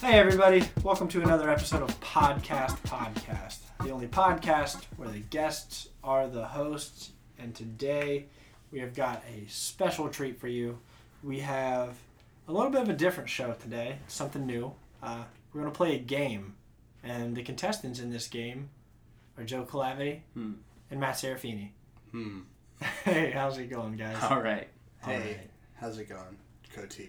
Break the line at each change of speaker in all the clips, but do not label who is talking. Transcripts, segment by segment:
Hey, everybody. Welcome to another episode of Podcast Podcast, the only podcast where the guests are the hosts. And today we have got a special treat for you. We have a little bit of a different show today, something new. Uh, we're going to play a game. And the contestants in this game are Joe Calave
Hmm.
and Matt Serafini.
Hmm.
hey, how's it going, guys?
All right.
All
Hey,
right.
how's it going, Coty?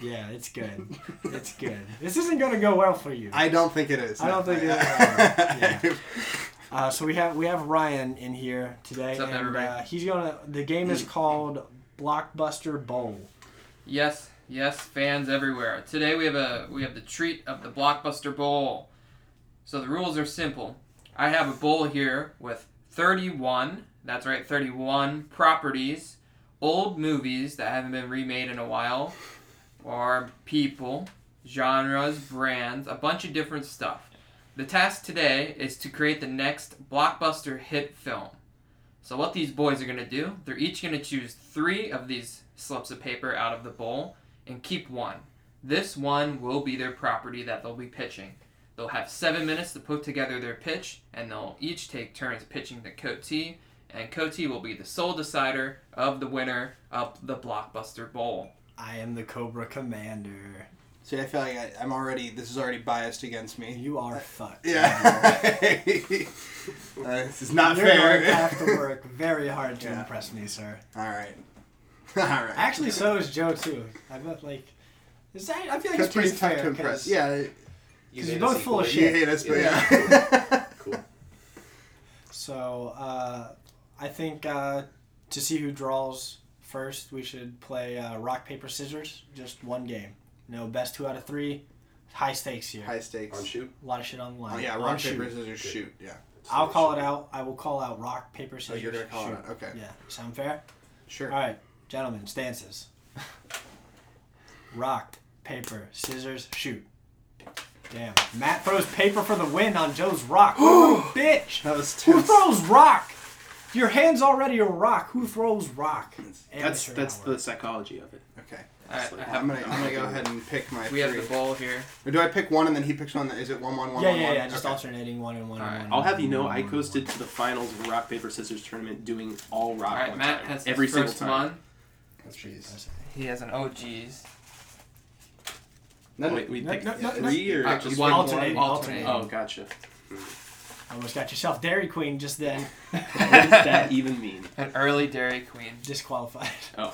Yeah, it's good. It's good. This isn't going to go well for you.
I don't think it is.
I don't
no.
think it is. Uh, so we have we have Ryan in here today,
What's up,
and
everybody?
uh, he's gonna. The game is called Blockbuster Bowl.
Yes, yes, fans everywhere. Today we have a we have the treat of the Blockbuster Bowl. So the rules are simple. I have a bowl here with 31, that's right, 31 properties, old movies that haven't been remade in a while, or people, genres, brands, a bunch of different stuff. The task today is to create the next blockbuster hit film. So what these boys are gonna do, they're each gonna choose three of these slips of paper out of the bowl and keep one. This one will be their property that they'll be pitching. They'll have seven minutes to put together their pitch, and they'll each take turns pitching to Cote T, and Cote T will be the sole decider of the winner of the Blockbuster Bowl.
I am the Cobra Commander.
See, I feel like I, I'm already. This is already biased against me.
You are fucked.
Yeah. Uh, this is not
You're going to
fair.
have to work very hard to
Yeah.
impress me, sir.
All right. All right.
Actually, so is Joe too. I bet like. Is that, I feel like it's
Coty's
pretty
tough
fair.
to impress.
'cause-
Yeah. You
Because you're both full of shit.
hate us, but yeah.
Cool.
So uh, I think uh, to see who draws first, we should play uh, rock paper scissors. Just one game. No best two out of three. High stakes here.
High
On
stakes.
shoot.
A lot of shit on the line.
Oh, yeah.
On
Rock
shoot.
paper scissors shoot. Yeah.
I'll call it out. I will call out rock, paper,
Oh,
scissors.
you're gonna call it
shoot.
out. Okay.
Yeah. Sound fair?
Sure.
All right, gentlemen, stances. rock, paper, scissors, shoot. Damn. Matt throws paper for the win on Joe's rock. What a bitch!
That was
Who
tense.
throws rock? Your hand's already a rock. Who throws rock?
That's
Amateur
that's
hour.
the psychology of it.
Okay.
All right, I
I'm
have,
gonna I'm gonna go ahead and pick my
we have
three.
the bowl here.
Or do I pick one and then he picks one? Is it one one one
Yeah,
one,
yeah,
one?
yeah. Just
Okay.
alternating one and one.
All
and
right,
one and
I'll have you
one
know,
and
I
one and one.
coasted to the finals of the rock paper scissors tournament doing all rock
All right,
one
Matt
time.
has
every
every the first
single time.
one.
That's pretty impressive.
He has an OGs.
No, no,
Wait, we
No,
picked
no, no, no.
three or
Uh,
just
one,
one?
Alternate,
one,
alternate.
Oh, gotcha.
Almost got yourself Dairy Queen just then.
what does that even mean?
An early Dairy Queen.
Disqualified.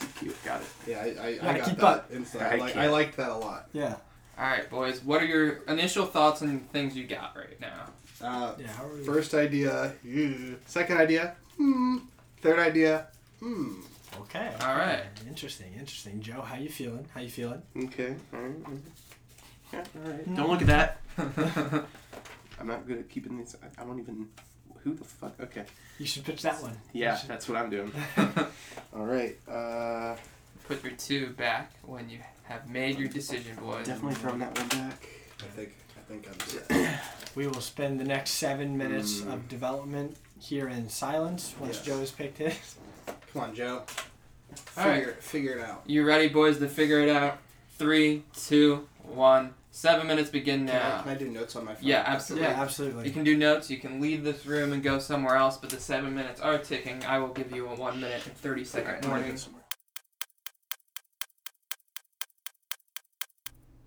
Oh, cute. Got it.
Yeah, I, I,
Gotta
I got
keep
that
up.
instantly.
I
I, like,
can't.
I liked that a lot.
Yeah.
All right, boys. What are your initial thoughts on things you got right now?
Uh,
Yeah. How are we?
first idea, yeah. second idea, hmm. Third idea, hmm.
Okay.
All right.
Interesting, interesting. Joe, how you feeling? How you feeling?
Okay. All right. Yeah, all right. Don't look at that. I'm not good at keeping these. I, I don't even. Who the fuck? Okay.
You should pitch that one.
Yeah,
You should-
that's what I'm doing. All right. Uh,
Put your two back when you have made your decision, boys.
definitely throwing that one back.
hmm. I think I think I'm.
We will spend the next seven minutes
Mm.
of development here in silence once
Yes.
Joe has picked his.
Come on, Joe.
All
Figure
right.
figure it out.
You ready, boys, to figure it out? Three, two, one. Seven minutes begin
Can, I,
now.
can I do notes on my phone?
Yeah, absolutely.
Yeah, absolutely.
You can do notes. You can leave this room and go somewhere else. But the seven minutes are ticking. I will give you a one minute and thirty
All right,
second
I'm gonna go
warning.
somewhere.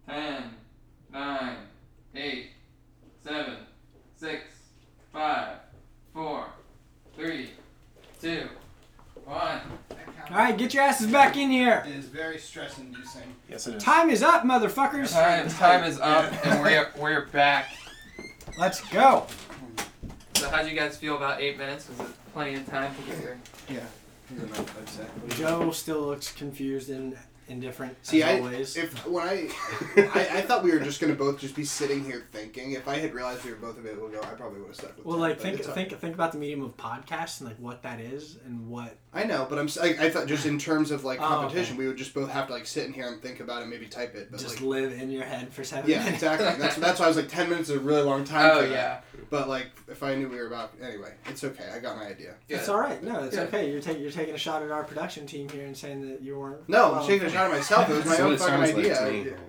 Ten, nine, eight, seven, six, five, four, three, two, one.
All right, get your asses back in here.
It is very stress inducing.
Yes, it is.
Time is up, motherfuckers.
Time, time is up, and we're we're back.
Let's go.
So how'd you guys feel about eight minutes? Was it plenty of time to get your
Yeah. Here's a note, I'd say.
Joe still looks confused and indifferent
See,
as
I
always.
if when I, I I thought we were just gonna both just be sitting here thinking. If I had realized we were both available to go, I probably would have stuck with.
well,
Tim,
like
but
think
it's all
think think about the medium of podcasts and like what that is and what
I know, but I'm. s- I, I thought just in terms of like
Oh,
competition,
okay.
we would just both have to like sit in here and think about it, maybe type it. But
just
like,
live in your head for seven
yeah,
minutes.
exactly. That's that's why I was like ten minutes is a really long time.
Oh
for that.
yeah.
But like, if I knew we were about anyway, it's okay. I got my idea.
It's all right. No, it's
Yeah.
okay. You're taking you're taking a shot at our production team here and saying that you weren't.
No,
well
I'm taking a shot at myself. It was
Oh,
my
That's what
own
it
fucking
sounds like
idea.
to me.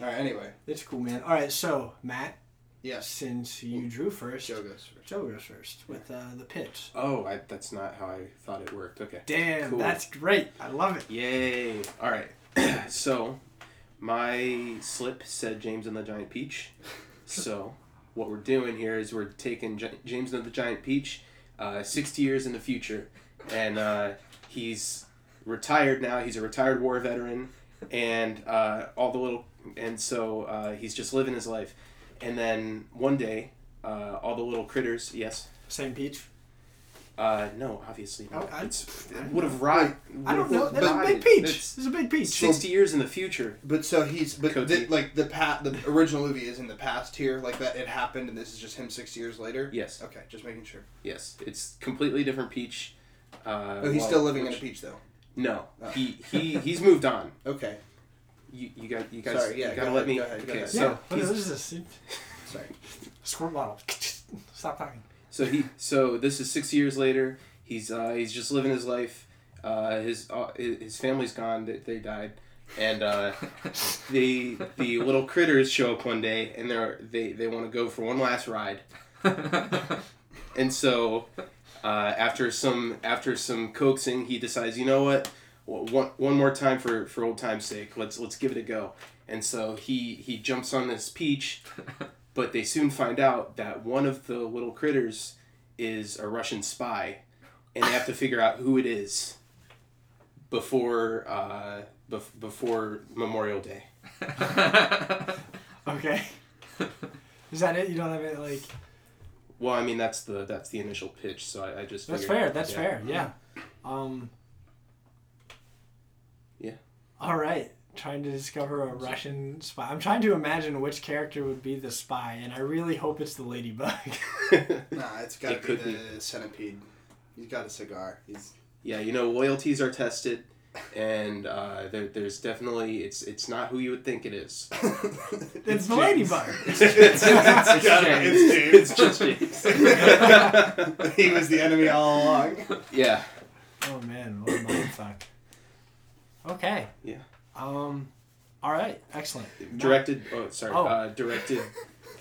All right. Anyway,
It's cool, man. All right, so Matt,
yes.
since you drew first,
Joe goes first.
Joe goes first with uh, the pitch.
Oh, I, that's not how I thought it worked. Okay.
Damn,
Cool.
that's great. I love it.
Yay! All right. so, my slip said James and the Giant Peach. So, what we're doing here is we're taking J- James and the Giant Peach, uh, sixty years in the future, and uh, he's retired now. He's a retired war veteran, and uh, all the little, and so uh, he's just living his life. And then one day, uh, all the little critters. Yes.
Same peach.
Uh, no, obviously not.
Oh, I-
it's, it would have rotted.
I don't know. There's a big
rotted.
peach.
It's-
There's a big peach.
60 years in the future.
But so he's but
Could
thi-
be.
like the pat the original movie is in the past here, like that it happened, and this is just him six years later.
Yes,
Okay, just making sure.
yes. It's completely different Peach. Uh,
Oh, he's
well,
still living in a
which-
peach though.
No,
Oh.
he, he he's moved on.
Okay,
You, you got you guys.
Sorry, yeah,
you gotta
go
let
ahead,
me.
go ahead, go
okay,
ahead.
Yeah.
so
what
he's-
is what is this?
sorry.
Squirt bottle. Stop talking.
so he so this is six years later. He's uh, he's just living his life. Uh, his uh, his family's gone. They, they died, and uh, the the little critters show up one day, and they're they they want to go for one last ride. And so, uh, after some after some coaxing, he decides, you know what, W- one, one more time for, for old time's sake, let's let's give it a go. And so he he jumps on this peach, but they soon find out that one of the little critters is a Russian spy, and they have to figure out who it is before uh, bef- before Memorial Day.
Okay. Is that it? You don't have it like.
Well, I mean that's the that's the initial pitch, so I, I just
That's
figured-
fair. That's
yeah.
fair. Yeah. Um.
Yeah.
All right. Trying to discover a Russian spy. I'm trying to imagine which character would be the spy, and I really hope it's the ladybug.
Nah, it's got to
It
be
could
the centipede. He's got a cigar. He's
yeah you know loyalties are tested and uh, there, there's definitely it's it's not who you would think it is
it's, the
James.
ladybug.
It's, it's, it's gotta be- it's James.
it's just James.
he was the enemy all along.
yeah
Oh man, what a mindfuck. Okay.
Yeah.
Um. All right. Excellent.
directed oh sorry
Oh.
Uh, directed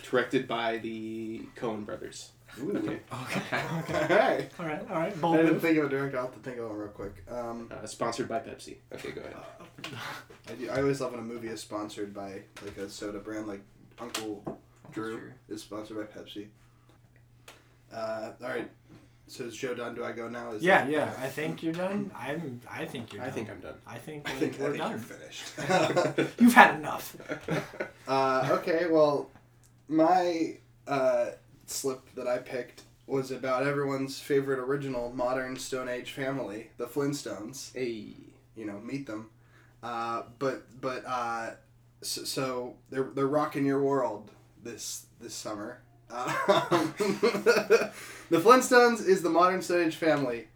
directed by the Cohen brothers
Ooh.
Okay.
all right.
All right. All right.
I
Bold
didn't
move.
think of a director. I'll have to think of one real quick. Um,
uh, sponsored by Pepsi okay go ahead
I, do, I always love when a movie is sponsored by like a soda brand, like Uncle Drew
Drew.
is sponsored by Pepsi. Uh, all right. So is Joe done? Do I go now? Is
Yeah.
that-
Yeah. I think you're done. I'm. I think you're.
I
Done.
think I'm done
I think
I
we're-
think, I
we're
think you're
done.
finished.
You've had enough.
uh, okay, well, my uh, slip that I picked was about everyone's favorite original modern Stone Age family, the Flintstones.
hey
You know, meet them. Uh, but but uh, so, so they're they're rocking your world this this summer. Uh, the Flintstones is the modern Stone Age family,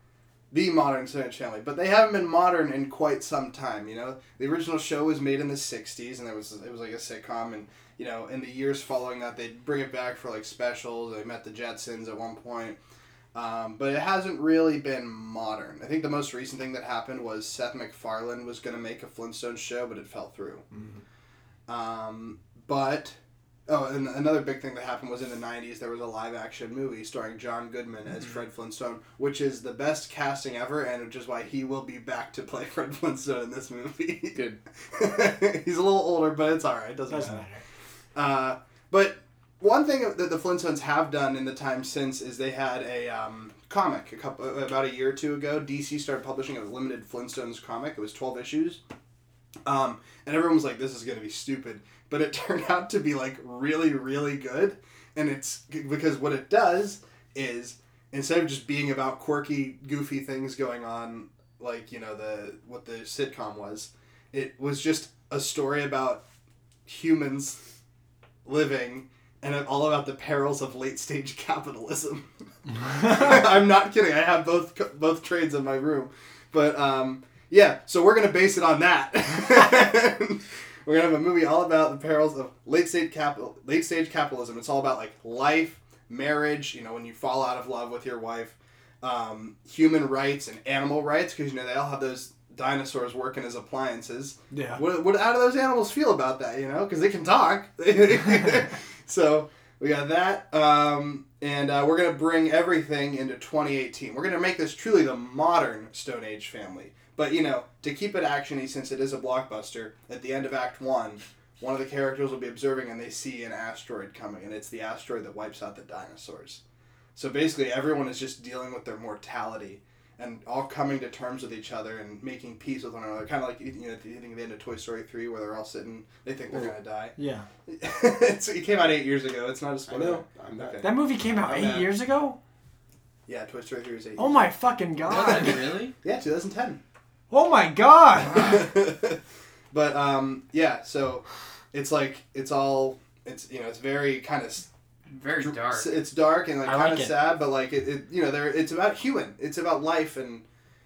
the modern Stone Age family, but they haven't been modern in quite some time. You know, the original show was made in the '60s, and it was it was like a sitcom, and you know, in the years following that, they'd bring it back for like specials. They met the Jetsons at one point. Um, but it hasn't really been modern. I think the most recent thing that happened was Seth MacFarlane was going to make a Flintstones show, but it fell through. Um, but oh, and another big thing that happened was in the '90s there was a live action movie starring John Goodman as Fred Flintstone, which is the best casting ever, and which is why he will be back to play Fred Flintstone in this movie.
good
He's a little older, but it's all right. It doesn't,
Doesn't
matter.
matter.
Uh, but one thing that the Flintstones have done in the time since is they had a um, comic a couple about a year or two ago. DC started publishing a limited Flintstones comic. It was twelve issues. Um, and everyone was like, "This is gonna be stupid," but it turned out to be like really, really good. And it's because what it does is instead of just being about quirky, goofy things going on, like you know the what the sitcom was, It was just a story about humans living and it- all about the perils of late stage capitalism. I'm not kidding. I have both co- both trades in my room, but um, yeah. So we're gonna base it on that. we're gonna have a movie all about the perils of late stage capital late stage capitalism. It's all about like life, marriage. You know, when you fall out of love with your wife, um, human rights and animal rights because you know they all have those dinosaurs working as appliances.
Yeah.
What, what how do those animals feel about that? You know, because they can talk. so we got that, um, and uh, we're gonna bring everything into 2018. We're gonna make this truly the modern Stone Age family. But you know, to keep it actiony, since it is a blockbuster, at the end of Act One, one of the characters will be observing and they see an asteroid coming, and it's the asteroid that wipes out the dinosaurs. So basically, everyone is just dealing with their mortality and all coming to terms with each other and making peace with one another. Kind of like you know, at the ending of the end of Toy Story three, where they're all sitting, they think they're
Mm.
gonna die.
Yeah.
it's, it came out eight years ago. It's not a
I
spoiler.
know. I'm not.
Okay.
That movie came out
Oh,
eight
yeah.
years ago?
Yeah, Toy Story three was eight.
Oh my fucking
Was
god.
it really?
Yeah, two thousand ten.
Oh my god.
but um, yeah, so it's like it's all it's you know it's very kind of
Very dark.
It's dark and like
I
kind
like
of
it.
sad, but like it, it you know there it's about human. It's about life and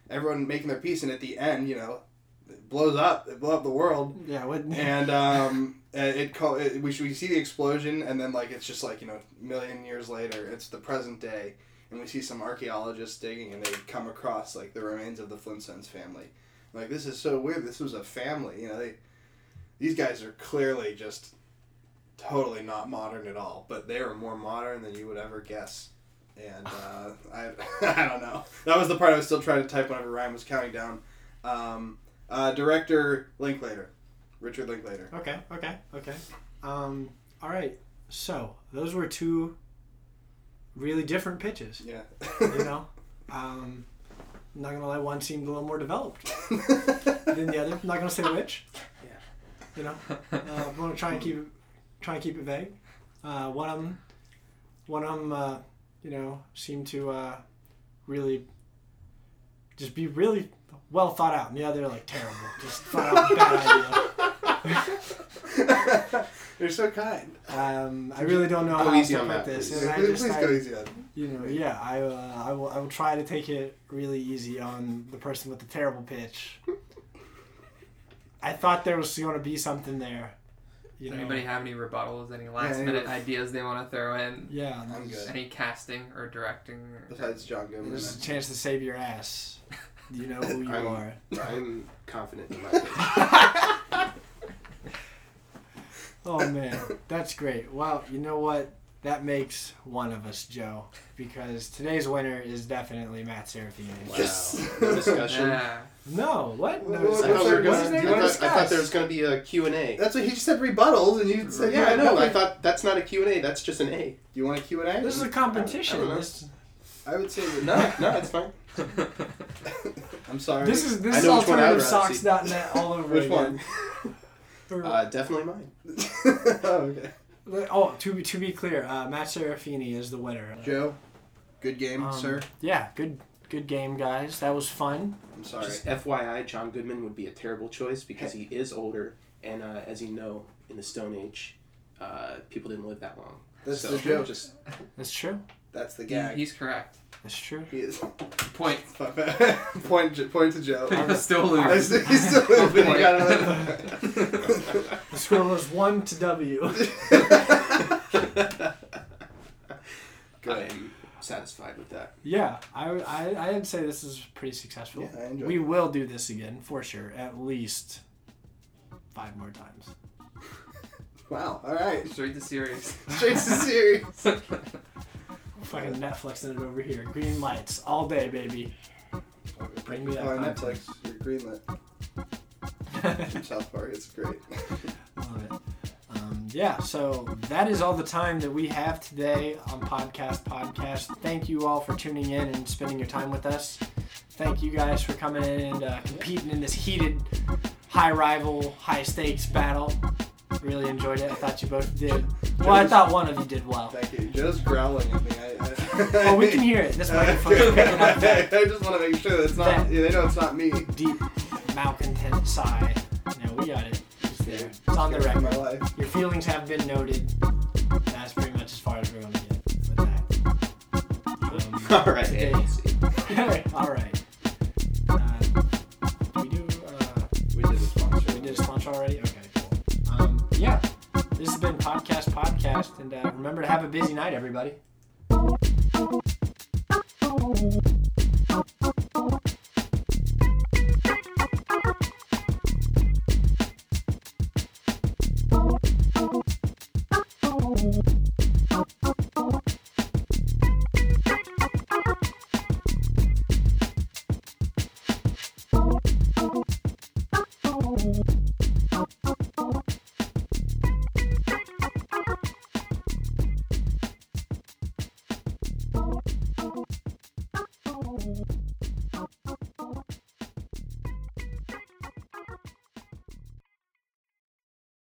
everyone making their peace. And at the end, you know, it blows up. It blow up the world.
Yeah, what
and um, uh, it, co- it we, we see the explosion, and then like it's just like you know, million years later, it's the present day, and we see some archaeologists digging, and they come across like the remains of the Flintstones family. Like this is so weird. This was a family, you know. They these guys are clearly just totally not modern at all, but they were more modern than you would ever guess. And uh, I I don't know. That was the part I was still trying to type whenever Ryan was counting down. Um, uh, director Linklater. Richard Linklater.
Okay, okay, okay. Um all right. So, those were two really different pitches,
Yeah.
you know. Um not gonna lie, one seemed a little more developed than the other. Not gonna say which.
Yeah.
You know, uh, I'm gonna try and keep it, try and keep it vague. Uh, one of them, one of 'em, uh, you know, seemed to uh, really just be really well thought out, and the other like terrible, just thought out bad
You're so kind.
idea. Um, I really don't know
Go
how
easy
to
on
put
that,
this,
please.
and I
please
just,
please
I-
go easy on.
you know, yeah, I, uh, I will, I will try to take it really easy on the person with the terrible pitch. I thought there was going to be something there. You
Does
know,
anybody have any rebuttals, any last
any-
minute ideas they want to throw in?
yeah,
I'm good.
Any casting or directing? Or...
Besides John Goodman.
There's a chance to save your ass. You know who you
I'm-
are.
I'm confident in my. pitch.
Oh man, that's great. Well, you know what? That makes one of us, Joe, because today's winner is definitely Matt Serafini.
Wow.
Yes.
No discussion.
Yeah.
No, what? No,
Well,
I
it's-
what's
thought, we
there-
were
what's
gonna-
there
I
to
thought- I
discuss?
thought there was going to be a Q&A.
That's what he said rebuttals, and you said,
yeah, I know. I
nothing.
thought that's not a Q&A. That's just an A.
You want a Q&A?
This is a
I
competition.
don't know.
This,
I would say that
No, no, it's fine.
I'm sorry.
this is this
I
is
know which one I'd rather
alternativesocks.net all over
Which
again.
one?
For-
Uh, definitely mine.
oh, okay.
oh, to be to be clear, uh, Matt Serafini is the winner.
Joe, good game,
Um,
sir.
Yeah, good good game, guys. That was fun.
I'm sorry.
Just FYI, John Goodman would be a terrible choice because he is older, and uh, as you know, in the Stone Age, uh, people didn't live that long.
That's
so
the joke.
Just
That's true.
That's the
He-
gag.
he's correct.
That's true.
He is.
Point.
point, point to Joe.
Still
I
lose.
see- he's still losing.
Point.
You got another point.
The score was one to W.
Good.
I'm satisfied with that.
Yeah, I, I, I'd say this is pretty successful.
Yeah, I enjoyed
we
it.
will do this again for sure, at least five more times.
Wow. All right.
Straight to series.
Straight to series.
Fucking Netflixing it over here. Green lights all day, baby. Bring me that
on
content.
Netflix. Your greenlit.
Love
from South Park. It's great.
it. Um, yeah, so that is all the time that we have today on Podcast Podcast. Thank you all for tuning in and spending your time with us. Thank you guys for coming in and uh, competing in this heated, high rival, high stakes battle. Really enjoyed it. I thought you both did. Well, I thought one of you did well.
Thank you. Joe's growling at me. I, I,
Oh, we can hear it. This microphone is picking up
I
that
just want to make sure that's not.
That-
Yeah, they know it's not me.
deep malcontent sigh. You You got it. It's there.
Yeah.
It's on the
Scared for My
record.
life.
Your feelings have been noted. That's pretty much as far as we're going to get with that. Um,
All right.
Today. all right. Uh, do we do. Uh,
We did a sponsor.
we did a sponsor already? Okay, cool. Um, yeah. This has been Podcast Podcast, and uh, remember to have a busy night, everybody.